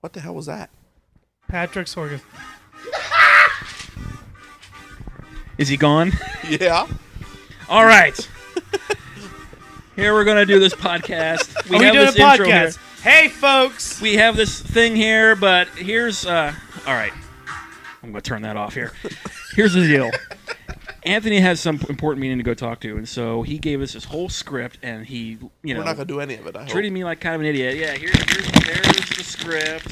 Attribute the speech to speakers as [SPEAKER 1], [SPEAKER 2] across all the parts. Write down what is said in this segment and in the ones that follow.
[SPEAKER 1] What the hell was that?
[SPEAKER 2] Patrick Sorgas.
[SPEAKER 3] Is he gone?
[SPEAKER 1] Yeah.
[SPEAKER 3] All right. Here we're gonna do this podcast.
[SPEAKER 2] Are we doing a
[SPEAKER 3] this intro here.
[SPEAKER 2] podcast? Hey, folks.
[SPEAKER 3] we have this thing here, but here's uh all right. I'm gonna turn that off here. Here's the deal. Anthony has some important meeting to go talk to, and so he gave us this whole script, and he, you know,
[SPEAKER 1] We're not gonna do any of it. I hope.
[SPEAKER 3] treated me like kind of an idiot. Yeah, here, here's there's the script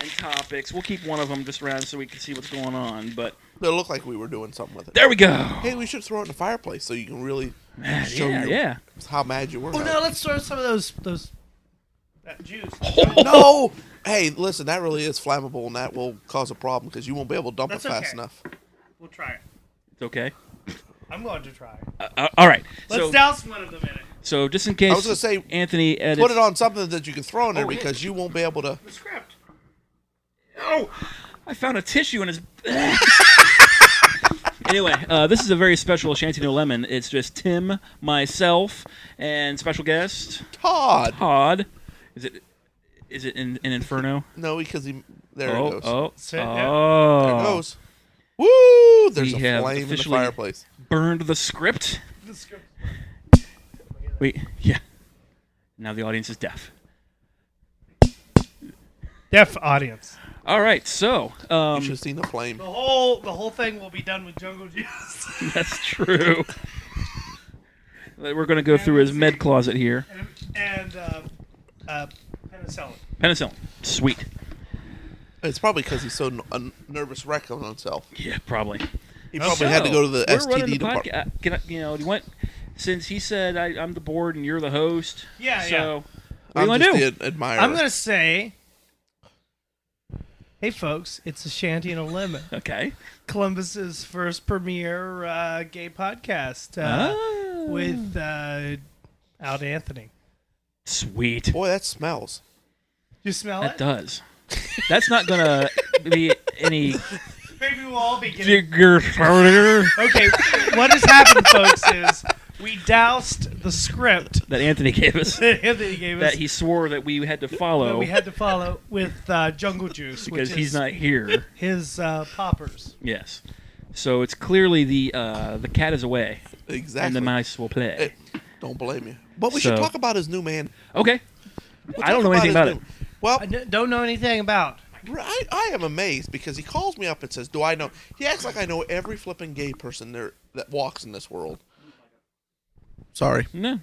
[SPEAKER 3] and topics. We'll keep one of them just around so we can see what's going on. But
[SPEAKER 1] It'll look like we were doing something with it.
[SPEAKER 3] there we go.
[SPEAKER 1] Hey, we should throw it in the fireplace so you can really
[SPEAKER 3] Man,
[SPEAKER 1] show
[SPEAKER 3] yeah,
[SPEAKER 1] you
[SPEAKER 3] yeah.
[SPEAKER 1] how mad you were.
[SPEAKER 2] Oh no, let's throw some of those those that juice.
[SPEAKER 1] No! Hey, listen, that really is flammable, and that will cause a problem because you won't be able to dump
[SPEAKER 2] That's
[SPEAKER 1] it fast
[SPEAKER 2] okay.
[SPEAKER 1] enough.
[SPEAKER 2] We'll try it.
[SPEAKER 3] It's okay.
[SPEAKER 2] I'm going to try.
[SPEAKER 3] Uh, uh, all right.
[SPEAKER 2] Let's
[SPEAKER 3] so,
[SPEAKER 2] douse one of them in it.
[SPEAKER 3] so just in case,
[SPEAKER 1] was gonna say,
[SPEAKER 3] Anthony edits.
[SPEAKER 1] Put it on something that you can throw in there
[SPEAKER 3] Oh, yeah.
[SPEAKER 1] because you won't be able to.
[SPEAKER 2] The script.
[SPEAKER 3] Oh, I found a tissue in his. anyway, uh, this is a very special Shanty No Lemon. It's just Tim, myself, and special guest
[SPEAKER 1] Todd!
[SPEAKER 3] Todd. Is it? Is it in, in Inferno?
[SPEAKER 1] No, because he. There
[SPEAKER 3] oh,
[SPEAKER 1] it goes.
[SPEAKER 3] oh,
[SPEAKER 2] Sit down.
[SPEAKER 3] oh!
[SPEAKER 1] There it goes. Woo! There's
[SPEAKER 3] We
[SPEAKER 1] a
[SPEAKER 3] have
[SPEAKER 1] flame in the
[SPEAKER 3] officially-
[SPEAKER 1] fireplace.
[SPEAKER 3] Burned the script.
[SPEAKER 2] The script.
[SPEAKER 3] Wait, yeah. Now the audience is deaf.
[SPEAKER 2] Deaf audience.
[SPEAKER 3] All right, so um,
[SPEAKER 1] you should have seen the flame.
[SPEAKER 2] The whole the whole thing will be done with jungle juice.
[SPEAKER 3] that's true. We're going to go through his med closet here.
[SPEAKER 2] and and uh, uh, penicillin.
[SPEAKER 3] Penicillin, sweet.
[SPEAKER 1] It's probably because he's so n- a nervous wreck on himself.
[SPEAKER 3] Yeah, probably.
[SPEAKER 1] He probably had to go to the
[SPEAKER 3] Oh, we're running
[SPEAKER 1] STD
[SPEAKER 3] the
[SPEAKER 1] department.
[SPEAKER 3] podca- Can I, you know, do you want? Since he said I, I'm the board and you're the host.
[SPEAKER 2] Yeah,
[SPEAKER 3] so,
[SPEAKER 2] yeah.
[SPEAKER 3] What do you
[SPEAKER 1] I'm
[SPEAKER 3] want to
[SPEAKER 1] just
[SPEAKER 3] do?
[SPEAKER 1] the ad- admirer.
[SPEAKER 2] I'm gonna say, hey folks, it's a shanty and a lemon.
[SPEAKER 3] Okay.
[SPEAKER 2] Columbus's first premiere uh, gay podcast uh,
[SPEAKER 3] Ah.
[SPEAKER 2] with uh, Out Anthony.
[SPEAKER 3] sweet.
[SPEAKER 1] Boy, that smells.
[SPEAKER 2] You smell
[SPEAKER 3] That
[SPEAKER 2] it?
[SPEAKER 3] does. That's not gonna be any
[SPEAKER 2] Maybe we'll all be getting.
[SPEAKER 3] bigger powder
[SPEAKER 2] Okay, what has happened, folks, is we doused the script
[SPEAKER 3] that Anthony gave us.
[SPEAKER 2] that Anthony gave us
[SPEAKER 3] That he swore that we had to
[SPEAKER 2] that
[SPEAKER 3] follow
[SPEAKER 2] we had to follow with uh, Jungle Juice
[SPEAKER 3] because
[SPEAKER 2] which
[SPEAKER 3] he's
[SPEAKER 2] is
[SPEAKER 3] not here.
[SPEAKER 2] his uh, poppers.
[SPEAKER 3] yes. So it's clearly the uh, the cat is away
[SPEAKER 1] Exactly.
[SPEAKER 3] and the mice will play.
[SPEAKER 1] Eh, don't blame you. But we should
[SPEAKER 3] So-
[SPEAKER 1] talk about his new man.
[SPEAKER 3] Okay.
[SPEAKER 1] We'll
[SPEAKER 3] I don't
[SPEAKER 1] talk
[SPEAKER 3] know anything
[SPEAKER 1] his
[SPEAKER 3] about
[SPEAKER 1] new-
[SPEAKER 3] it.
[SPEAKER 1] Well,
[SPEAKER 2] I n- don't know anything about.
[SPEAKER 1] I, I am amazed because he calls me up and says, "Do I know?" He acts like I know every flipping gay person there that walks in this world. Sorry,
[SPEAKER 3] No,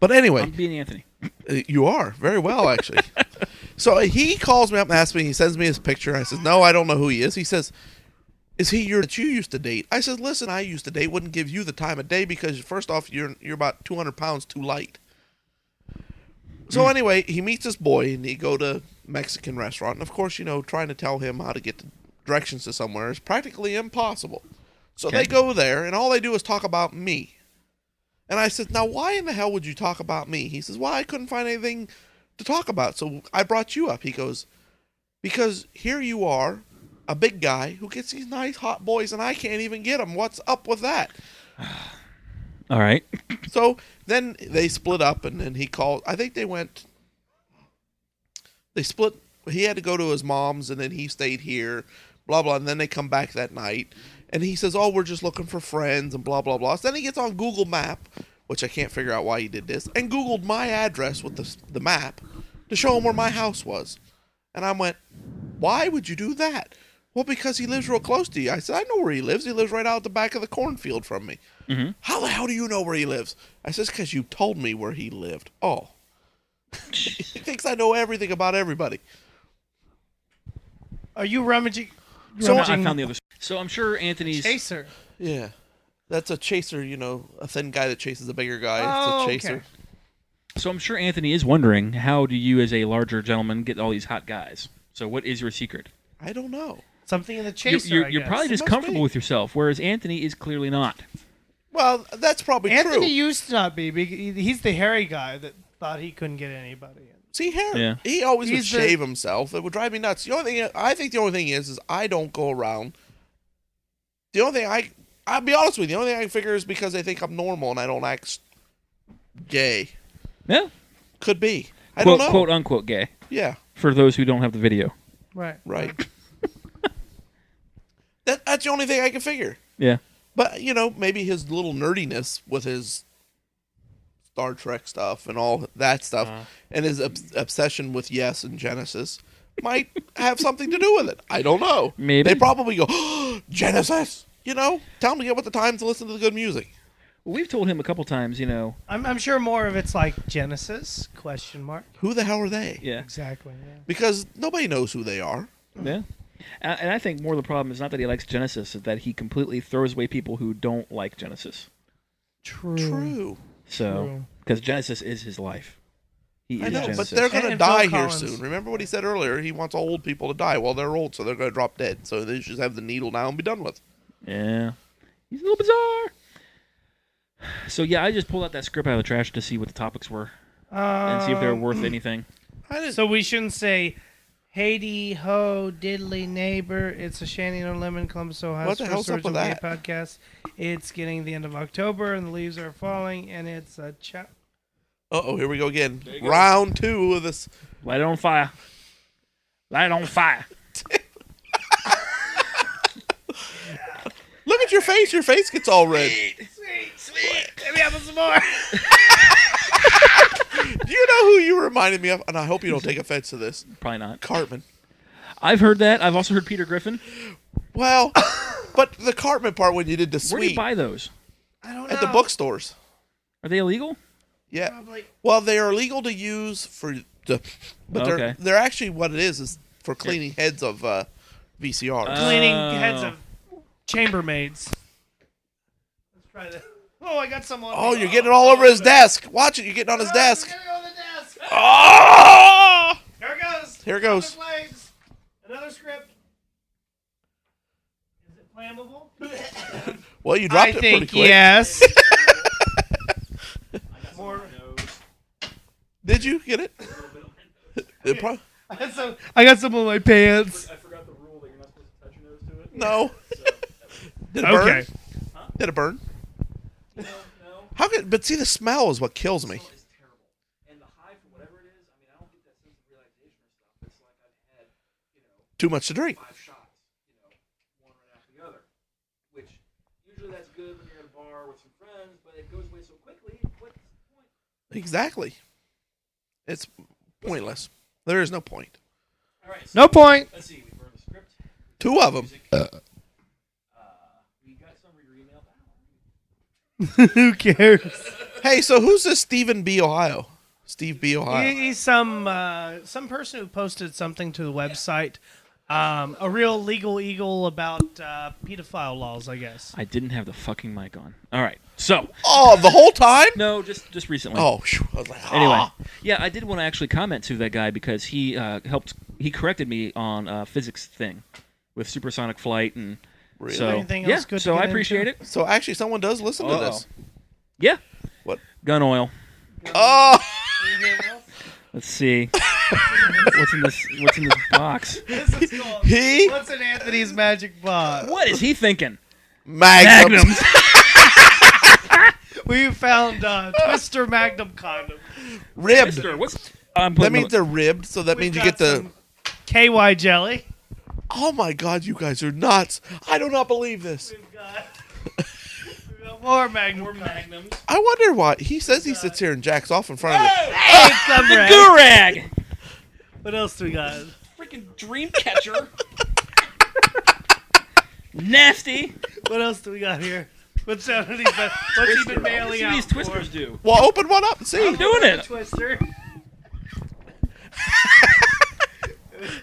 [SPEAKER 1] but
[SPEAKER 3] I'm
[SPEAKER 1] anyway,
[SPEAKER 3] being Anthony.
[SPEAKER 1] uh, you are very well actually. so he calls me up and asks me. He sends me his picture. I says, "No, I don't know who he is." He says, "Is he your that you used to date?" I says, "Listen, I used to date. Wouldn't give you the time of day because first off, you're you're about two hundred pounds too light." So anyway, he meets this boy and they go to Mexican restaurant. And of course, you know, trying to tell him how to get the directions to somewhere is practically impossible. So they
[SPEAKER 3] Okay.
[SPEAKER 1] go there and all they do is talk about me. And I said, "Now why in the hell would you talk about me?" He says, "Well, I couldn't find anything to talk about, so I brought you up." He goes, "Because here you are, a big guy who gets these nice hot boys and I can't even get them. What's up with that?"
[SPEAKER 3] All right.
[SPEAKER 1] So then they split up, and then he called. I think they went. They split. He had to go to his mom's, and then he stayed here. Blah blah. And then they come back that night, and he says, "Oh, we're just looking for friends," and blah blah blah. So then he gets on Google Map, which I can't figure out why he did this, and Googled my address with the the map to show him where my house was. And I went, "Why would you do that?" Well, because he lives real close to you. I said, "I know where he lives. He lives right out the back of the cornfield from me." How the hell do you know where he lives? I says, because you told me where he lived. Oh. he thinks I know everything about everybody.
[SPEAKER 2] Are you rummaging?
[SPEAKER 3] So I
[SPEAKER 2] rummaging
[SPEAKER 3] found the other. So I'm sure Anthony's.
[SPEAKER 2] chaser.
[SPEAKER 1] Yeah. That's a chaser, you know, a thin guy that chases a bigger guy.
[SPEAKER 2] Oh,
[SPEAKER 1] it's a
[SPEAKER 2] okay.
[SPEAKER 1] chaser.
[SPEAKER 3] So I'm sure Anthony is wondering how do you, as a larger gentleman, get all these hot guys? So what is your secret?
[SPEAKER 1] I don't know.
[SPEAKER 2] Something in the
[SPEAKER 3] You're,
[SPEAKER 2] chaser.
[SPEAKER 3] you're,
[SPEAKER 2] I
[SPEAKER 3] you're
[SPEAKER 2] guess.
[SPEAKER 3] probably
[SPEAKER 1] It
[SPEAKER 3] just
[SPEAKER 1] must
[SPEAKER 3] comfortable
[SPEAKER 1] be.
[SPEAKER 3] with yourself, whereas Anthony is clearly not.
[SPEAKER 1] Well, that's probably
[SPEAKER 2] Anthony
[SPEAKER 1] true.
[SPEAKER 2] used to not be. bec- he- He's the hairy guy that thought he couldn't get anybody.
[SPEAKER 1] See, Harry,
[SPEAKER 3] Yeah.
[SPEAKER 1] he always would
[SPEAKER 2] He's the-
[SPEAKER 1] shave himself. It would drive me nuts. The only thing I think the only thing is, is I don't go around. The only thing I, I'll be honest with you, the only thing I can figure is because they think I'm normal and I don't act s- gay.
[SPEAKER 3] Yeah.
[SPEAKER 1] Could be. I
[SPEAKER 3] quote,
[SPEAKER 1] don't know.
[SPEAKER 3] quote uh, unquote gay.
[SPEAKER 1] Yeah.
[SPEAKER 3] for those who don't have the video.
[SPEAKER 2] Right.
[SPEAKER 1] Right. that that's the only thing I can figure.
[SPEAKER 3] Yeah.
[SPEAKER 1] But you know, maybe his little nerdiness with his Star Trek stuff and all that stuff,
[SPEAKER 3] Uh-huh.
[SPEAKER 1] and his obs- obsession with Yes and Genesis might have something to do with it. I don't know.
[SPEAKER 3] Maybe.
[SPEAKER 1] they probably go Genesis. You know, tell him to get with the times and listen to the good music.
[SPEAKER 3] Well, we've told him a couple times, you know.
[SPEAKER 2] I'm, I'm sure more of it's like Genesis question mark.
[SPEAKER 1] Who the hell are they?
[SPEAKER 3] Yeah.
[SPEAKER 2] Exactly. Yeah.
[SPEAKER 1] Because nobody knows who they are.
[SPEAKER 3] Yeah. And and I think more of the problem is not that he likes Genesis, is that he completely throws away people who don't like Genesis.
[SPEAKER 2] True.
[SPEAKER 1] True.
[SPEAKER 3] So,
[SPEAKER 2] True.
[SPEAKER 3] because Genesis is his life. He
[SPEAKER 1] I
[SPEAKER 3] is
[SPEAKER 1] know, but
[SPEAKER 3] Genesis.
[SPEAKER 1] they're going to
[SPEAKER 2] And Phil
[SPEAKER 1] die here
[SPEAKER 2] Collins.
[SPEAKER 1] soon. Remember what he said earlier? He wants old people to die. Well, they're old, so they're going to drop dead. So they should just have the needle now and be done with.
[SPEAKER 3] Yeah. He's a little bizarre. So yeah, I just pulled out that script out of the trash to see what the topics were and see if they were worth anything.
[SPEAKER 1] I didn't.
[SPEAKER 2] So we shouldn't say, "Haiti ho diddly neighbor." It's a Shanty no lemon Columbus Ohio.
[SPEAKER 1] What the hell's up
[SPEAKER 2] Source
[SPEAKER 1] with
[SPEAKER 2] of Gay
[SPEAKER 1] that?
[SPEAKER 2] Podcast. It's getting the end of October and the leaves are falling, and it's a chop.
[SPEAKER 1] Uh oh, here we go again. Round two of this.
[SPEAKER 3] Light it on fire. Light it on fire.
[SPEAKER 1] Look at your face. Your face gets all red.
[SPEAKER 2] Sweet, sweet. Let me have some more.
[SPEAKER 1] Do you know who you reminded me of? And I hope you don't take offense to this.
[SPEAKER 3] Probably not.
[SPEAKER 1] Cartman.
[SPEAKER 3] I've heard that. I've also heard Peter Griffin.
[SPEAKER 1] Well, but the Cartman part when you did the
[SPEAKER 3] Where do you
[SPEAKER 1] sweet
[SPEAKER 3] buy those?
[SPEAKER 2] I don't know.
[SPEAKER 1] at the bookstores.
[SPEAKER 3] Are they illegal?
[SPEAKER 1] Yeah.
[SPEAKER 2] Probably.
[SPEAKER 1] Well, they are legal to use for the, but they're
[SPEAKER 3] Okay.
[SPEAKER 1] they're actually what it is is for cleaning heads of uh, VCRs.
[SPEAKER 2] cleaning
[SPEAKER 3] Oh.
[SPEAKER 2] heads of chambermaids. Let's try that. Oh, I got some on.
[SPEAKER 1] Oh, you're getting it all over his desk. Watch it. You're getting on his
[SPEAKER 2] Oh,
[SPEAKER 1] desk.
[SPEAKER 2] Get it on the desk.
[SPEAKER 3] Ah!
[SPEAKER 1] Oh!
[SPEAKER 2] Here it goes.
[SPEAKER 1] Here it goes.
[SPEAKER 2] Another plays. Another script. Is it flammable?
[SPEAKER 1] Well, you dropped it pretty quick.
[SPEAKER 2] yes. More.
[SPEAKER 1] Did you get it? It prob-
[SPEAKER 2] I got some. I got some on my pants.
[SPEAKER 3] I forgot the rule that you're not supposed to touch your nose to it.
[SPEAKER 1] no. Did it burn?
[SPEAKER 2] Okay.
[SPEAKER 1] Did it burn? How could? But see, the smell is what kills me. Too much to drink. Exactly. It's pointless. There is no point.
[SPEAKER 2] No point.
[SPEAKER 3] Let's see, we burned the script.
[SPEAKER 1] Two of them.
[SPEAKER 3] We got some of your email back.
[SPEAKER 2] Who cares?
[SPEAKER 1] Hey, so who's this Stephen B. Ohio? Steve B.
[SPEAKER 2] He-
[SPEAKER 1] Ohio.
[SPEAKER 2] He's some uh, some person who posted something to the website. Um, a real legal eagle about uh, pedophile laws, I guess.
[SPEAKER 3] I didn't have the fucking mic on. All right. So,
[SPEAKER 1] Oh, the whole time?
[SPEAKER 3] no, just just recently.
[SPEAKER 1] Oh, phew, I was like,
[SPEAKER 3] Anyway,
[SPEAKER 1] ah.
[SPEAKER 3] yeah, I did want to actually comment to that guy because he uh, helped. He corrected me on a physics thing with supersonic flight and
[SPEAKER 1] Really?
[SPEAKER 3] so
[SPEAKER 2] Anything
[SPEAKER 3] yeah.
[SPEAKER 2] else good to
[SPEAKER 3] so
[SPEAKER 2] get
[SPEAKER 3] I
[SPEAKER 2] into?
[SPEAKER 3] appreciate it.
[SPEAKER 1] So actually, someone does listen to
[SPEAKER 3] Uh-oh.
[SPEAKER 1] this.
[SPEAKER 3] Yeah,
[SPEAKER 1] What?
[SPEAKER 3] gun oil.
[SPEAKER 1] Oh,
[SPEAKER 3] Let's see what's in this. What's in this box?
[SPEAKER 2] This is called
[SPEAKER 1] he
[SPEAKER 2] What's in Anthony's magic box?
[SPEAKER 3] What is he thinking?
[SPEAKER 1] magnums.
[SPEAKER 3] Magnums.
[SPEAKER 2] We found uh, Twister Magnum condom.
[SPEAKER 1] ribbed.
[SPEAKER 3] Mister, what's? I'm
[SPEAKER 1] That
[SPEAKER 3] putting
[SPEAKER 1] means
[SPEAKER 3] the,
[SPEAKER 1] they're ribbed. So that means you get
[SPEAKER 2] got
[SPEAKER 1] the.
[SPEAKER 2] some KY jelly.
[SPEAKER 1] Oh my God, you guys are nuts! I do not believe this.
[SPEAKER 2] We've got, we've got more Magnum. More Magnums.
[SPEAKER 1] I wonder why he says he sits here and jacks off in front of it.
[SPEAKER 2] Hey, come
[SPEAKER 3] the
[SPEAKER 2] back.
[SPEAKER 3] Gurag.
[SPEAKER 2] What else do we got?
[SPEAKER 3] Freaking dream catcher. Nasty.
[SPEAKER 2] What else do we got here? What's out of these? What's he been
[SPEAKER 3] Let's
[SPEAKER 2] bailing
[SPEAKER 3] see what
[SPEAKER 2] out?
[SPEAKER 3] these
[SPEAKER 2] for?
[SPEAKER 3] twisters do.
[SPEAKER 1] Well, open one up and see.
[SPEAKER 3] I'm doing it.
[SPEAKER 2] Twister.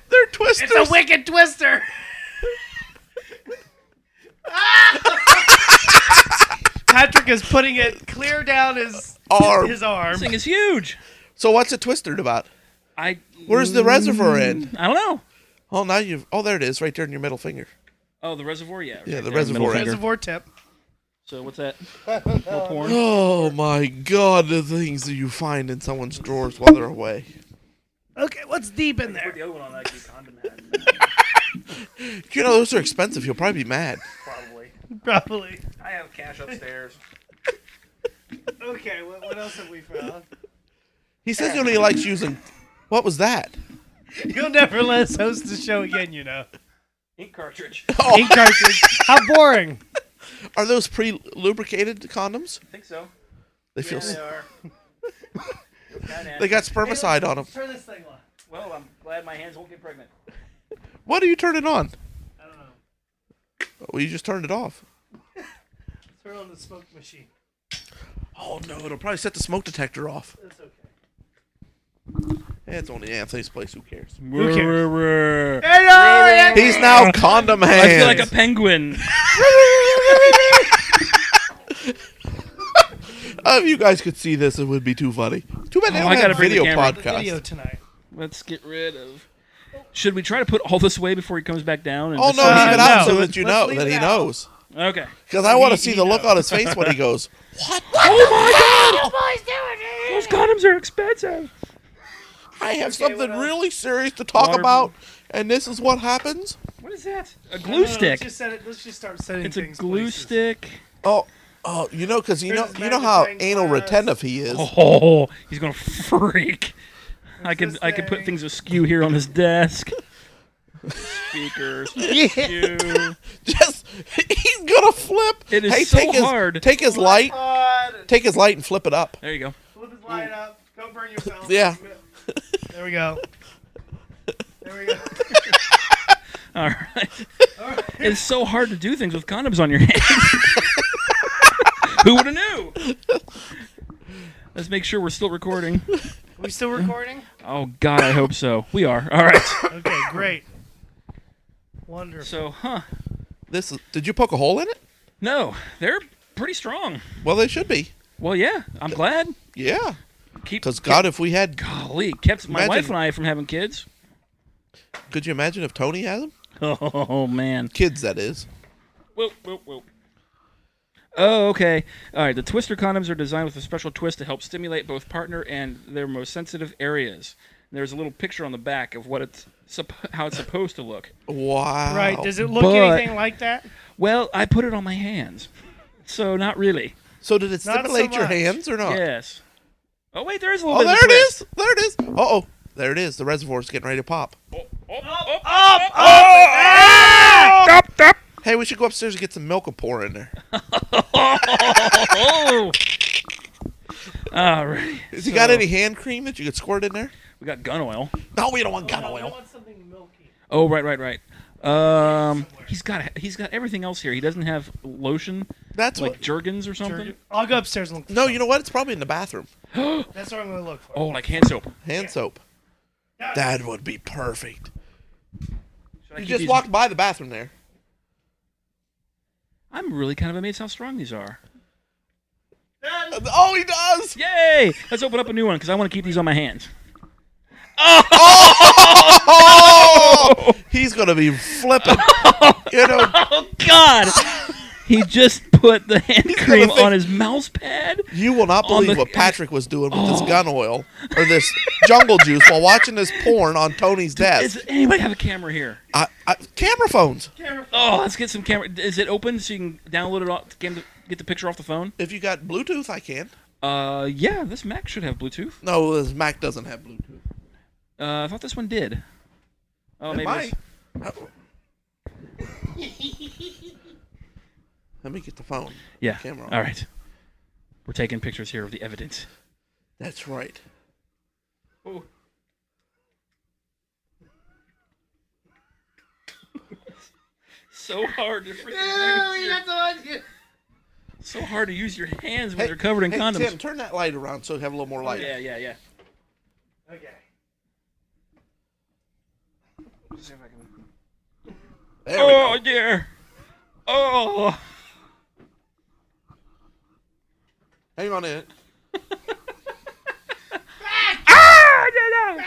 [SPEAKER 1] They're twisters.
[SPEAKER 2] It's a wicked twister. Patrick is putting it clear down his
[SPEAKER 1] Arm.
[SPEAKER 2] his arm.
[SPEAKER 3] This thing is huge.
[SPEAKER 1] So what's it twistered about?
[SPEAKER 3] I
[SPEAKER 1] Where's the reservoir end?
[SPEAKER 3] I don't know.
[SPEAKER 1] Oh, now you've. Oh, there it is, right there in your middle finger.
[SPEAKER 3] Oh, the reservoir, yeah.
[SPEAKER 1] Yeah, the
[SPEAKER 3] there, middle
[SPEAKER 1] reservoir.
[SPEAKER 3] finger.
[SPEAKER 2] Reservoir tip.
[SPEAKER 3] So what's that? More porn.
[SPEAKER 1] Oh my God, the things that you find in someone's drawers while they're away.
[SPEAKER 2] Okay, what's deep in there?
[SPEAKER 3] other one on that condom
[SPEAKER 1] You know those are expensive. You'll probably be mad.
[SPEAKER 3] probably.
[SPEAKER 2] Probably.
[SPEAKER 3] I have cash upstairs.
[SPEAKER 2] Okay, what, what else have we found?
[SPEAKER 1] He says he only likes using. What was that?
[SPEAKER 2] You'll never let us host the show again, you know.
[SPEAKER 3] Ink cartridge.
[SPEAKER 1] Oh.
[SPEAKER 2] Ink cartridge. How boring.
[SPEAKER 1] Are those pre-lubricated condoms?
[SPEAKER 3] I think so.
[SPEAKER 1] They feel. s-
[SPEAKER 3] are.
[SPEAKER 1] they, got spermicide on them.
[SPEAKER 2] Turn this thing on.
[SPEAKER 3] Well, I'm glad my hands won't get pregnant.
[SPEAKER 1] What do you turn it on?
[SPEAKER 2] I don't know.
[SPEAKER 1] Well, you just turned it off.
[SPEAKER 2] Turn on the smoke machine.
[SPEAKER 1] Oh no, it'll probably set the smoke detector off.
[SPEAKER 2] That's okay.
[SPEAKER 1] Eh, It's only Anthony's place. Who cares?
[SPEAKER 3] Who
[SPEAKER 2] cares?
[SPEAKER 3] cares?
[SPEAKER 1] He's now condom
[SPEAKER 3] I feel like a
[SPEAKER 1] hand.
[SPEAKER 3] penguin.
[SPEAKER 1] Oh, if you guys could see this, it would be too funny. Too bad they
[SPEAKER 3] Oh,
[SPEAKER 1] don't
[SPEAKER 3] I
[SPEAKER 1] have
[SPEAKER 3] gotta
[SPEAKER 1] a
[SPEAKER 3] bring the
[SPEAKER 1] video
[SPEAKER 3] camera.
[SPEAKER 2] The video
[SPEAKER 1] podcast.
[SPEAKER 2] tonight.
[SPEAKER 3] Let's get rid of. Should we try to put all this away before he comes back down? And
[SPEAKER 1] Oh
[SPEAKER 3] just-
[SPEAKER 1] no, leave it
[SPEAKER 2] Uh,
[SPEAKER 1] out
[SPEAKER 2] no.
[SPEAKER 1] so that you
[SPEAKER 2] Let's
[SPEAKER 1] know
[SPEAKER 2] leave
[SPEAKER 1] that
[SPEAKER 2] it
[SPEAKER 1] he
[SPEAKER 2] out.
[SPEAKER 1] knows.
[SPEAKER 3] Okay.
[SPEAKER 1] Because I want to
[SPEAKER 2] He-
[SPEAKER 1] see
[SPEAKER 2] he
[SPEAKER 1] the look
[SPEAKER 2] knows.
[SPEAKER 1] on his face when he goes, "What?
[SPEAKER 3] Those condoms are expensive.
[SPEAKER 1] I have
[SPEAKER 2] what
[SPEAKER 1] something
[SPEAKER 2] else?
[SPEAKER 1] really serious to talk
[SPEAKER 3] Water-
[SPEAKER 1] about, and this is what happens."
[SPEAKER 3] What is that?
[SPEAKER 2] No,
[SPEAKER 3] A
[SPEAKER 2] no,
[SPEAKER 3] glue
[SPEAKER 2] no,
[SPEAKER 3] stick.
[SPEAKER 2] Let's just, set it, let's just start setting
[SPEAKER 3] It's a
[SPEAKER 2] things
[SPEAKER 3] glue
[SPEAKER 2] places.
[SPEAKER 3] stick.
[SPEAKER 1] Oh, oh, you know, because you
[SPEAKER 2] Here's
[SPEAKER 1] know,
[SPEAKER 2] his
[SPEAKER 1] you know
[SPEAKER 2] magic
[SPEAKER 1] how
[SPEAKER 2] ring
[SPEAKER 1] anal
[SPEAKER 2] glass.
[SPEAKER 1] retentive he is.
[SPEAKER 3] Oh, he's gonna freak. I could
[SPEAKER 2] this
[SPEAKER 3] I could put
[SPEAKER 2] thing?
[SPEAKER 3] things askew here on his desk. Speakers. askew.
[SPEAKER 1] Just he's gonna flip.
[SPEAKER 3] It is
[SPEAKER 1] hey,
[SPEAKER 3] so
[SPEAKER 1] take his,
[SPEAKER 3] hard.
[SPEAKER 1] Take his light.
[SPEAKER 2] Pod and
[SPEAKER 1] Take his light and flip it up.
[SPEAKER 3] There you go.
[SPEAKER 2] Oh, flip his light up. Go burn yourself.
[SPEAKER 1] Yeah.
[SPEAKER 2] There we go. There we go.
[SPEAKER 3] All right. It's so hard to do things with condoms on your hands. Who would have knew? Let's make sure we're still recording.
[SPEAKER 2] we still recording?
[SPEAKER 3] Oh God, I hope so. We are. All right.
[SPEAKER 2] Okay, great. Wonderful.
[SPEAKER 3] So, huh?
[SPEAKER 1] This is, did you poke a hole in it?
[SPEAKER 3] No, they're pretty strong.
[SPEAKER 1] Well, they should be.
[SPEAKER 3] Well, yeah. I'm glad.
[SPEAKER 1] Yeah.
[SPEAKER 3] Keep
[SPEAKER 1] Because God, if we had,
[SPEAKER 3] Golly, kept my
[SPEAKER 1] Imagine-
[SPEAKER 3] wife and I from having kids.
[SPEAKER 1] could you imagine if Tony had them?
[SPEAKER 3] Oh man.
[SPEAKER 1] Kids, that is.
[SPEAKER 3] Whoa, whoa, whoa. Oh, okay. All right. The twister condoms are designed with a special twist to help stimulate both partner and their most sensitive areas. There's a little picture on the back of what it's supp- how it's supposed to look.
[SPEAKER 1] Wow.
[SPEAKER 2] right, does it look
[SPEAKER 3] But-
[SPEAKER 2] anything like that?
[SPEAKER 3] Well, I put it on my hands, so not really.
[SPEAKER 1] So did it
[SPEAKER 2] Not so
[SPEAKER 1] stimulate your
[SPEAKER 2] much.
[SPEAKER 1] hands or not?
[SPEAKER 3] Yes. Oh wait, there is a little.
[SPEAKER 1] Oh,
[SPEAKER 3] bit
[SPEAKER 1] there
[SPEAKER 3] of
[SPEAKER 1] it
[SPEAKER 3] twist.
[SPEAKER 1] is. There it is. Uh oh. There it is. The reservoir's getting ready to pop.
[SPEAKER 3] Oh,
[SPEAKER 1] Hey, we should go upstairs and get some milk and pour in there.
[SPEAKER 3] oh. All right.
[SPEAKER 1] Has he got any hand cream that you could squirt in there?
[SPEAKER 3] We got gun oil.
[SPEAKER 1] No, we don't want gun
[SPEAKER 2] I
[SPEAKER 1] oil.
[SPEAKER 2] want something milky.
[SPEAKER 3] Oh, right, right, right. Um, he's got he's got everything else here. He doesn't have lotion,
[SPEAKER 1] That's
[SPEAKER 3] like
[SPEAKER 1] what.
[SPEAKER 3] Jergens or something.
[SPEAKER 2] I'll go upstairs and look.
[SPEAKER 1] No, you know what? It's probably in the bathroom.
[SPEAKER 2] That's what I'm going to look for.
[SPEAKER 3] Oh, like hand soap.
[SPEAKER 1] Hand soap. That would be perfect.
[SPEAKER 3] Should I
[SPEAKER 1] You
[SPEAKER 3] keep
[SPEAKER 1] just
[SPEAKER 3] these-
[SPEAKER 1] walked by the bathroom there.
[SPEAKER 3] I'm really kind of amazed how strong these are.
[SPEAKER 1] Oh, he does.
[SPEAKER 3] Yay! Let's open up a new one because I want to keep these on my hands.
[SPEAKER 1] Oh, he's gonna be flipping. You know,
[SPEAKER 3] Oh God! he just put the hand
[SPEAKER 1] gonna
[SPEAKER 3] cream
[SPEAKER 1] think-
[SPEAKER 3] on his mouse pad.
[SPEAKER 1] you will not
[SPEAKER 3] On
[SPEAKER 1] believe
[SPEAKER 3] the-
[SPEAKER 1] what Patrick was doing with this gun oil or this jungle juice while watching this porn on Tony's
[SPEAKER 3] Does
[SPEAKER 1] desk.
[SPEAKER 3] anybody have a camera here?
[SPEAKER 1] I, I, camera phones.
[SPEAKER 3] Oh, let's get some camera. Is it open so you can download it off? Get the, get the picture off the phone.
[SPEAKER 1] If you got Bluetooth, I can.
[SPEAKER 3] Uh, yeah, this Mac should have Bluetooth.
[SPEAKER 1] No, this Mac doesn't have Bluetooth.
[SPEAKER 3] Uh, I thought this one did. Oh,
[SPEAKER 1] It
[SPEAKER 3] maybe.
[SPEAKER 1] might.
[SPEAKER 3] this-
[SPEAKER 1] Oh. Let me get the phone.
[SPEAKER 3] Yeah.
[SPEAKER 1] Camera on.
[SPEAKER 3] All right. We're taking pictures here of the evidence.
[SPEAKER 1] That's right.
[SPEAKER 3] Oh. so hard to freaking use your, so hard to use your hands when
[SPEAKER 1] Hey,
[SPEAKER 3] they're covered in
[SPEAKER 1] hey,
[SPEAKER 3] condoms.
[SPEAKER 1] Tim, turn that light around so we have a little more light.
[SPEAKER 3] yeah, yeah, yeah.
[SPEAKER 2] Okay.
[SPEAKER 1] There we
[SPEAKER 3] Oh
[SPEAKER 1] go.
[SPEAKER 3] dear. Oh.
[SPEAKER 1] Hang on a minute.
[SPEAKER 3] Ah, no, no.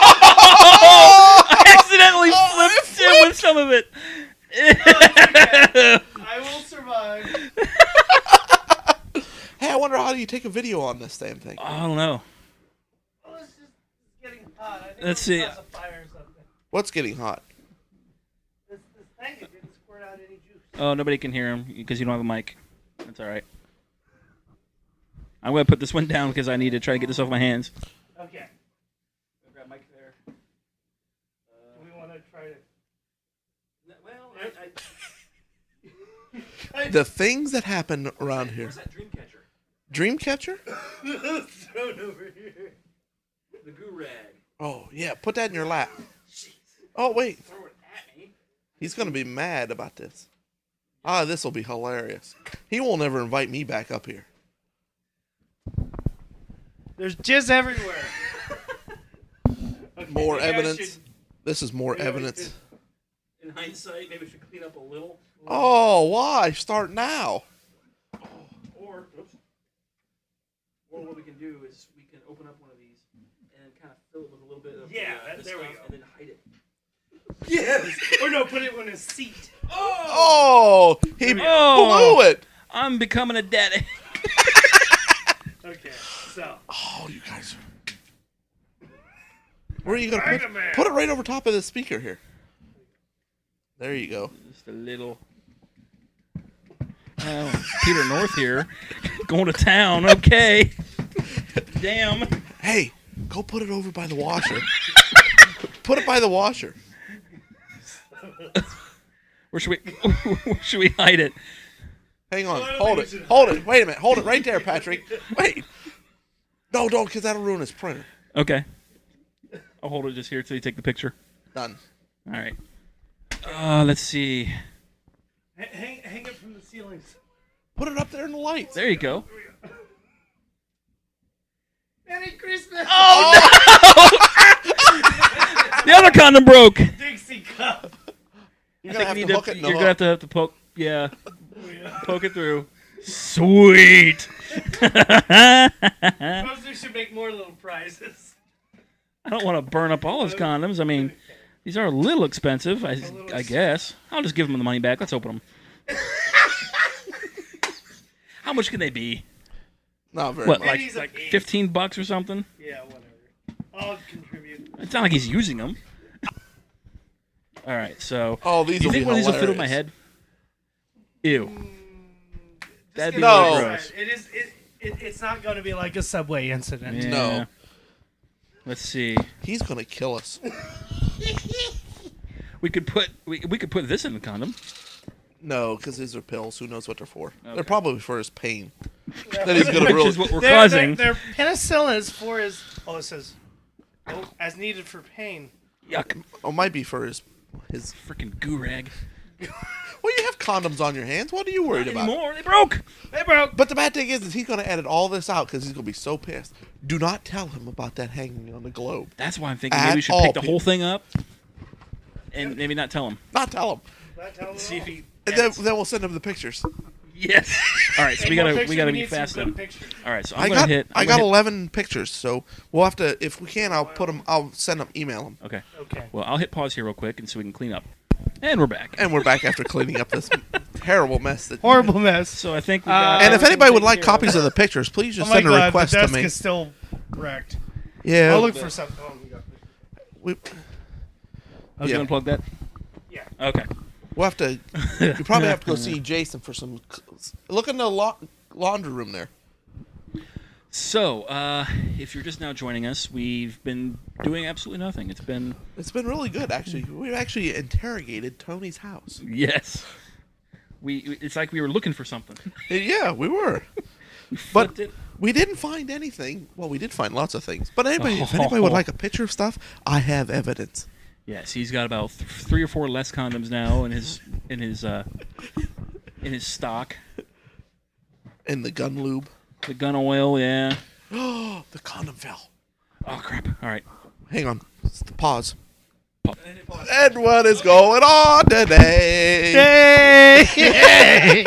[SPEAKER 3] I accidentally
[SPEAKER 1] Oh,
[SPEAKER 3] flipped Tim with some of it.
[SPEAKER 2] I will survive.
[SPEAKER 1] Hey, I wonder how do you take a video on this damn thing?
[SPEAKER 3] I don't know.
[SPEAKER 2] Well, Oh, it's just getting hot. I think
[SPEAKER 3] Let's
[SPEAKER 2] it was
[SPEAKER 3] see.
[SPEAKER 2] a fire or something.
[SPEAKER 1] What's getting hot?
[SPEAKER 2] This, this thing it didn't squirt out any juice.
[SPEAKER 3] Oh, nobody can hear him because you don't have a mic. That's all right. I'm going to put this one down because I need to try to get this off my hands.
[SPEAKER 2] Okay.
[SPEAKER 3] Grab mic there. Uh,
[SPEAKER 2] Do we want to try to?
[SPEAKER 3] Well,
[SPEAKER 1] The things that happen around here.
[SPEAKER 3] that Dreamcatcher?
[SPEAKER 1] Dreamcatcher?
[SPEAKER 3] Thrown over here. The goo rag.
[SPEAKER 1] Oh yeah, put that in your lap. Oh wait,
[SPEAKER 3] Throw it at me.
[SPEAKER 1] he's gonna be mad about this. Ah, this will be hilarious. He won't ever invite me back up here.
[SPEAKER 2] There's jizz everywhere.
[SPEAKER 1] More
[SPEAKER 3] maybe I
[SPEAKER 1] evidence.
[SPEAKER 3] should-
[SPEAKER 1] This is more
[SPEAKER 3] maybe I
[SPEAKER 1] evidence.
[SPEAKER 3] should- In hindsight, maybe we should clean up a little.
[SPEAKER 1] Oh, why start now?
[SPEAKER 3] Or, oops. Or what we can do is we can open up one of these and kind of fill it with a little bit of
[SPEAKER 2] Yeah,
[SPEAKER 3] the,
[SPEAKER 2] that-
[SPEAKER 3] the
[SPEAKER 2] there we
[SPEAKER 3] stuff
[SPEAKER 2] go.
[SPEAKER 3] and then hide it.
[SPEAKER 2] or Oh, no, put it on a seat.
[SPEAKER 1] Oh, he
[SPEAKER 3] Oh.
[SPEAKER 1] blew it.
[SPEAKER 3] I'm becoming a daddy.
[SPEAKER 2] Okay. So
[SPEAKER 1] Oh, you guys. Are... Where are you gonna put?
[SPEAKER 2] Spider-Man.
[SPEAKER 1] Put it right over top of the speaker here. There you go.
[SPEAKER 3] Just a little. Oh, Peter North here, going to town. Okay. Damn.
[SPEAKER 1] Hey, go put it over by the washer. put it by the washer.
[SPEAKER 3] Where should we? Where should we hide it?
[SPEAKER 1] Hang on.
[SPEAKER 2] I don't
[SPEAKER 1] Hold
[SPEAKER 2] think
[SPEAKER 1] it.
[SPEAKER 2] you should-
[SPEAKER 1] Hold it. Wait a minute. Hold it right there, Patrick. Wait. No, don't, because that'll ruin his printer.
[SPEAKER 3] Okay. I'll hold it just here till you take the picture.
[SPEAKER 1] Done.
[SPEAKER 3] All right. Uh, let's see.
[SPEAKER 2] h- hang hang it from the ceilings.
[SPEAKER 1] Put it up there in the lights.
[SPEAKER 3] There you go.
[SPEAKER 2] Merry Christmas.
[SPEAKER 3] The other condom broke.
[SPEAKER 2] Dixie cup.
[SPEAKER 1] You're gonna have to hook it in the
[SPEAKER 3] you're gonna
[SPEAKER 1] hook.
[SPEAKER 3] have to, have to poke. Yeah, poke it through. Sweet. I
[SPEAKER 2] Posters should make more little prizes.
[SPEAKER 3] don't want to burn up all his condoms. I mean, these are a little expensive. I, I guess I'll just give him the money back. Let's open them. How much can they be?
[SPEAKER 1] Not very
[SPEAKER 3] What,
[SPEAKER 1] much.
[SPEAKER 3] like,
[SPEAKER 2] Pennies a
[SPEAKER 3] like
[SPEAKER 2] piece.
[SPEAKER 3] fifteen bucks or something?
[SPEAKER 2] Yeah, whatever. I'll contribute.
[SPEAKER 3] It's not like he's using them. All right, so
[SPEAKER 1] Oh, these
[SPEAKER 3] do you
[SPEAKER 1] will
[SPEAKER 3] think
[SPEAKER 1] be
[SPEAKER 3] one of these will fit
[SPEAKER 1] hilarious.
[SPEAKER 3] over my head? Ew.
[SPEAKER 2] Just
[SPEAKER 3] That'd
[SPEAKER 2] get
[SPEAKER 3] be
[SPEAKER 1] really
[SPEAKER 2] it outside.
[SPEAKER 3] gross.
[SPEAKER 2] It is. It, it, it's not going to be like a subway incident.
[SPEAKER 3] Yeah.
[SPEAKER 1] No.
[SPEAKER 3] Let's see.
[SPEAKER 1] He's gonna kill us.
[SPEAKER 3] We could put we, we could put this in the condom.
[SPEAKER 1] No, because these are pills. Who knows what they're for?
[SPEAKER 3] Okay.
[SPEAKER 1] They're probably for his pain. that he's gonna
[SPEAKER 3] Which
[SPEAKER 1] really.
[SPEAKER 3] is what we're
[SPEAKER 2] Their-
[SPEAKER 3] causing.
[SPEAKER 2] Their, their penicillin is for his. Oh, it says, oh, as needed for pain.
[SPEAKER 3] Yuck!
[SPEAKER 1] Oh, might be for his. His.
[SPEAKER 3] Freaking goo rag.
[SPEAKER 1] Well, you have condoms on your hands. What are you worried about?
[SPEAKER 3] Anymore? They broke.
[SPEAKER 2] Hey, bro.
[SPEAKER 1] But the bad thing is, is he's gonna edit all this out because he's gonna be so pissed. Do not tell him about that hanging on the globe.
[SPEAKER 3] That's why I'm thinking
[SPEAKER 1] At
[SPEAKER 3] maybe we should
[SPEAKER 1] all,
[SPEAKER 3] pick the whole thing up, and maybe not tell him.
[SPEAKER 1] Not tell him.
[SPEAKER 3] See if he.
[SPEAKER 1] And then, then we'll send him the pictures.
[SPEAKER 3] Yes. All right, so we gotta we gotta be fast
[SPEAKER 2] Some
[SPEAKER 3] then.
[SPEAKER 2] good pictures.
[SPEAKER 3] All right, so I'm
[SPEAKER 1] I
[SPEAKER 3] gonna
[SPEAKER 1] got
[SPEAKER 3] hit.
[SPEAKER 1] I
[SPEAKER 3] I'm
[SPEAKER 1] got
[SPEAKER 3] gonna hit-
[SPEAKER 1] 11 pictures, so we'll have to if we can I'll put them I'll send them email them.
[SPEAKER 3] Okay.
[SPEAKER 2] Okay.
[SPEAKER 3] Well, I'll hit pause here real quick, and so we can clean up. And we're back.
[SPEAKER 1] And we're back after cleaning up this terrible mess that
[SPEAKER 2] Horrible mess.
[SPEAKER 3] So I think. We
[SPEAKER 1] And
[SPEAKER 3] got
[SPEAKER 1] if
[SPEAKER 3] everything
[SPEAKER 1] anybody would
[SPEAKER 3] taken
[SPEAKER 1] like
[SPEAKER 3] care of.
[SPEAKER 1] copies of the pictures, please
[SPEAKER 2] Oh
[SPEAKER 1] just
[SPEAKER 2] my
[SPEAKER 1] send a
[SPEAKER 2] god,
[SPEAKER 1] request
[SPEAKER 2] the
[SPEAKER 1] to
[SPEAKER 2] desk
[SPEAKER 1] me.
[SPEAKER 2] is still wrecked.
[SPEAKER 1] Yeah.
[SPEAKER 2] I'll look for something. Oh, we got
[SPEAKER 1] we,
[SPEAKER 3] I was
[SPEAKER 1] yeah.
[SPEAKER 3] gonna plug that.
[SPEAKER 2] Yeah.
[SPEAKER 3] Okay.
[SPEAKER 1] we'll have to you probably have to go see Jason for some look in the la- laundry room there.
[SPEAKER 3] So, uh, if you're just now joining us, we've been doing absolutely nothing. It's been
[SPEAKER 1] It's been really good actually. We've actually interrogated Tony's house.
[SPEAKER 3] yes. We it's like we were looking for something.
[SPEAKER 1] Yeah, we were. But
[SPEAKER 3] Flipped it.
[SPEAKER 1] we didn't find anything. Well, we did find lots of things. But anybody, if
[SPEAKER 3] Oh.
[SPEAKER 1] anybody would like a picture of stuff, I have evidence.
[SPEAKER 3] Yes, he's got about th- three or four less condoms now in his in his uh, in his stock.
[SPEAKER 1] And the gun lube.
[SPEAKER 3] The gun oil, yeah.
[SPEAKER 1] Oh, the condom fell.
[SPEAKER 3] Oh crap! All right,
[SPEAKER 1] Hang on. It's the pause.
[SPEAKER 2] it.
[SPEAKER 1] And what is going on today?
[SPEAKER 2] Hey!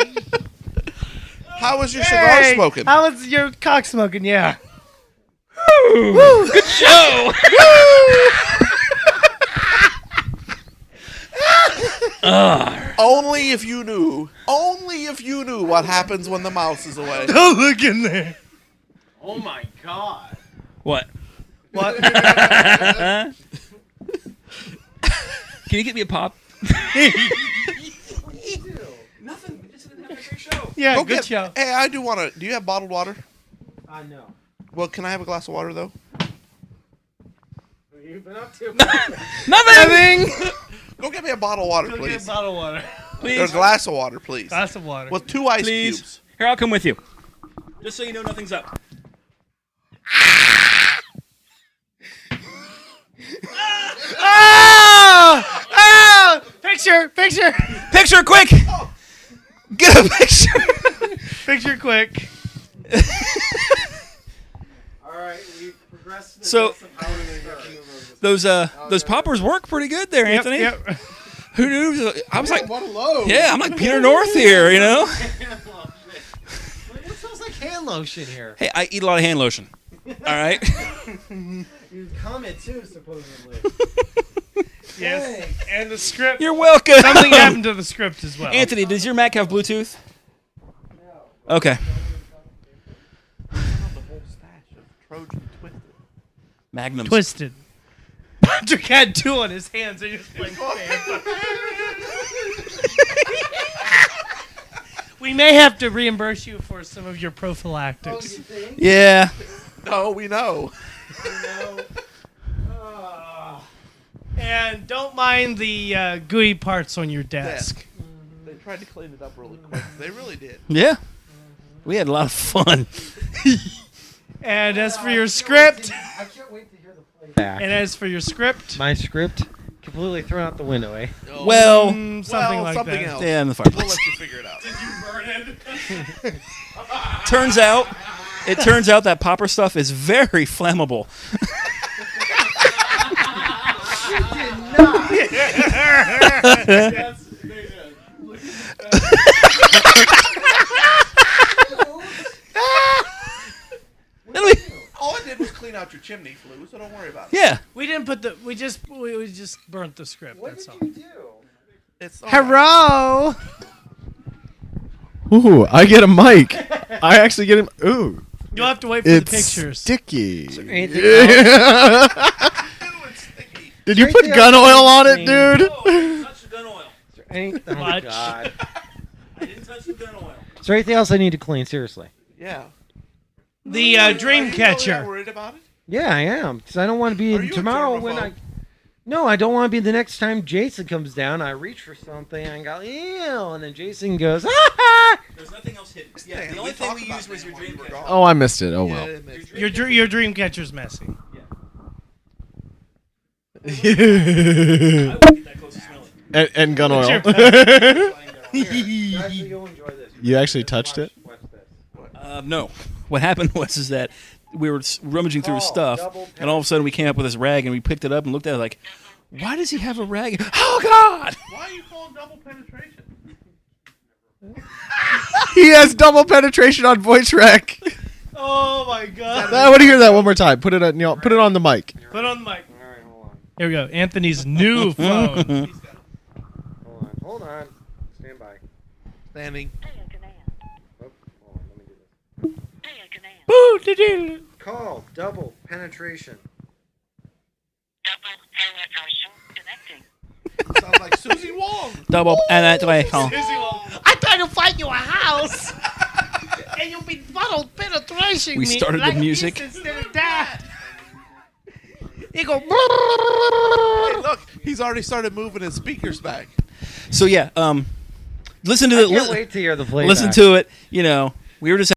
[SPEAKER 1] How was your cigar smoking?
[SPEAKER 2] How was your cock smoking? Yeah.
[SPEAKER 3] good show.
[SPEAKER 1] Only if you knew. Only if you knew what happens when the mouse is away.
[SPEAKER 2] Don't look in there.
[SPEAKER 4] Oh my god.
[SPEAKER 3] what?
[SPEAKER 2] What?
[SPEAKER 3] Huh? Can you get me a pop?
[SPEAKER 4] Nothing. We just didn't have a great show.
[SPEAKER 2] yeah,
[SPEAKER 1] Go
[SPEAKER 2] good
[SPEAKER 1] get-
[SPEAKER 2] show.
[SPEAKER 1] Hey, I do want to. Do you have bottled water?
[SPEAKER 4] I know.
[SPEAKER 1] Well, can I have a glass of water though?
[SPEAKER 4] What have you been up to?
[SPEAKER 5] Nothing.
[SPEAKER 1] Go get me a bottle of water,
[SPEAKER 2] Go get a
[SPEAKER 1] please.
[SPEAKER 2] bottle of water.
[SPEAKER 1] Or a
[SPEAKER 5] Please,
[SPEAKER 1] glass of water, please.
[SPEAKER 2] Glass of water.
[SPEAKER 1] With two ice cubes.
[SPEAKER 5] please. Here, I'll come with you. Just so you know, nothing's up.
[SPEAKER 3] Ah! Ah!
[SPEAKER 2] Picture, picture,
[SPEAKER 3] Picture quick! Get a picture!
[SPEAKER 2] picture, quick.
[SPEAKER 4] Alright, we've progressed to the
[SPEAKER 3] So-
[SPEAKER 4] depths of how we're gonna get from the road.
[SPEAKER 3] those uh those poppers work pretty good there,
[SPEAKER 2] Yep,
[SPEAKER 3] Anthony.
[SPEAKER 2] yep.
[SPEAKER 3] Who knew? I was like,
[SPEAKER 4] What a load!
[SPEAKER 3] yeah, I'm like Peter North here, you know.
[SPEAKER 4] Hand lotion. Wait, What smells like hand lotion here?
[SPEAKER 3] Hey, I eat a lot of hand lotion. All right.
[SPEAKER 4] You comment too, supposedly.
[SPEAKER 2] Yes. And the script.
[SPEAKER 3] You're welcome.
[SPEAKER 2] Something happened to the script as well.
[SPEAKER 3] Anthony, does your Mac have Bluetooth? Okay.
[SPEAKER 1] Trojan Twisted.
[SPEAKER 3] Magnum.
[SPEAKER 2] Twisted. Patrick had two on his hands. They just like, we may have to reimburse you for some of your
[SPEAKER 4] Oh, you
[SPEAKER 2] prophylactics.
[SPEAKER 4] think?
[SPEAKER 3] Yeah.
[SPEAKER 1] No, we know.
[SPEAKER 4] No. Ah.
[SPEAKER 2] And don't mind the uh, gooey parts on your desk.
[SPEAKER 1] They tried to clean it up really quick. They really did.
[SPEAKER 3] Yeah. We had a lot of fun.
[SPEAKER 2] And as for your
[SPEAKER 4] Dude,
[SPEAKER 2] script,
[SPEAKER 4] I can't wait to hear the playback.
[SPEAKER 2] and as for your script,
[SPEAKER 4] My script completely thrown out the window, eh?
[SPEAKER 3] Well,
[SPEAKER 1] Well,
[SPEAKER 2] mm, something like
[SPEAKER 1] something
[SPEAKER 2] that.
[SPEAKER 1] else.
[SPEAKER 3] yeah, in the
[SPEAKER 1] We'll
[SPEAKER 3] fireplace.
[SPEAKER 1] let you figure it out.
[SPEAKER 3] turns out, it turns out that popper stuff is very flammable. It'll be-
[SPEAKER 1] All I did was clean out your chimney flue, so don't worry about it.
[SPEAKER 3] yeah.
[SPEAKER 2] We didn't put the. We just we, we just burnt the script.
[SPEAKER 4] What
[SPEAKER 2] that's all.
[SPEAKER 4] did you do?
[SPEAKER 1] It's all right.
[SPEAKER 2] Hello.
[SPEAKER 6] Ooh, I get a mic. I actually get him. Ooh,
[SPEAKER 2] You'll have to wait for
[SPEAKER 6] it's
[SPEAKER 2] the pictures.
[SPEAKER 6] sticky.
[SPEAKER 4] anything
[SPEAKER 1] Ooh, it's sticky.
[SPEAKER 6] Did you
[SPEAKER 4] Right
[SPEAKER 6] put
[SPEAKER 4] there.
[SPEAKER 6] gun oil on it, dude?
[SPEAKER 3] Oh.
[SPEAKER 5] Touch the gun oil.
[SPEAKER 4] Anything,
[SPEAKER 2] Much.
[SPEAKER 4] oh God.
[SPEAKER 5] I didn't touch the gun oil.
[SPEAKER 4] Is there anything else I need to clean? Seriously.
[SPEAKER 1] Yeah.
[SPEAKER 2] the uh,
[SPEAKER 1] Are you
[SPEAKER 2] dream
[SPEAKER 1] really that
[SPEAKER 2] catcher.
[SPEAKER 1] worried about it?
[SPEAKER 4] Yeah, I am. Because I don't want to be
[SPEAKER 1] Are you a
[SPEAKER 4] tomorrow when I.
[SPEAKER 1] germaphobe?
[SPEAKER 4] No, I don't want to be the next time Jason comes down. I reach for something and go, ew. And then Jason goes, ah! ha."
[SPEAKER 5] There's nothing else hidden.
[SPEAKER 1] Stan,
[SPEAKER 5] Yeah, the only thing
[SPEAKER 1] talked
[SPEAKER 5] we
[SPEAKER 1] about
[SPEAKER 5] used was
[SPEAKER 1] that
[SPEAKER 5] your
[SPEAKER 1] when
[SPEAKER 5] dream
[SPEAKER 1] we were
[SPEAKER 5] catcher.
[SPEAKER 1] gone.
[SPEAKER 6] Oh, I missed it. Oh
[SPEAKER 1] Yeah,
[SPEAKER 6] well.
[SPEAKER 1] it makes-
[SPEAKER 2] Your dr- your dream catcher's messy.
[SPEAKER 5] I wouldn't get that close to smelling.
[SPEAKER 6] and, and gun oil.
[SPEAKER 4] Actually, you'll enjoy this.
[SPEAKER 6] You actually touched
[SPEAKER 4] Watch-
[SPEAKER 6] it?
[SPEAKER 4] watch this.
[SPEAKER 3] Uh, no. What happened was is that we were s- rummaging through his
[SPEAKER 4] Oh,
[SPEAKER 3] stuff,
[SPEAKER 4] double
[SPEAKER 3] and all of a sudden we came up with this rag, and we picked it up and looked at it like, why does he have a rag? Oh God!
[SPEAKER 1] Why are you calling double penetration?
[SPEAKER 6] he has double penetration on voice rec.
[SPEAKER 2] Oh my god.
[SPEAKER 6] I want to hear that one more time. Put it on. y'all- Put it on the mic.
[SPEAKER 2] Put on the mic.
[SPEAKER 4] All right, hold on.
[SPEAKER 2] Here we go. Anthony's new phone.
[SPEAKER 4] Hold on. Hold on. Stand by.
[SPEAKER 1] Standing.
[SPEAKER 4] Oh, hold on. Let me do this. Call double penetration.
[SPEAKER 1] Sounds like Susie Wong.
[SPEAKER 3] Double and that way. Oh.
[SPEAKER 2] I try to find you a house, and you'll be bottle penetration.
[SPEAKER 3] We started the music.
[SPEAKER 2] instead of that. You go.
[SPEAKER 1] Hey, look, he's already started moving his speakers back.
[SPEAKER 3] So yeah, um, listen to the
[SPEAKER 4] Can't
[SPEAKER 3] li-
[SPEAKER 4] wait to hear the playback.
[SPEAKER 3] listen to it. You know, we were just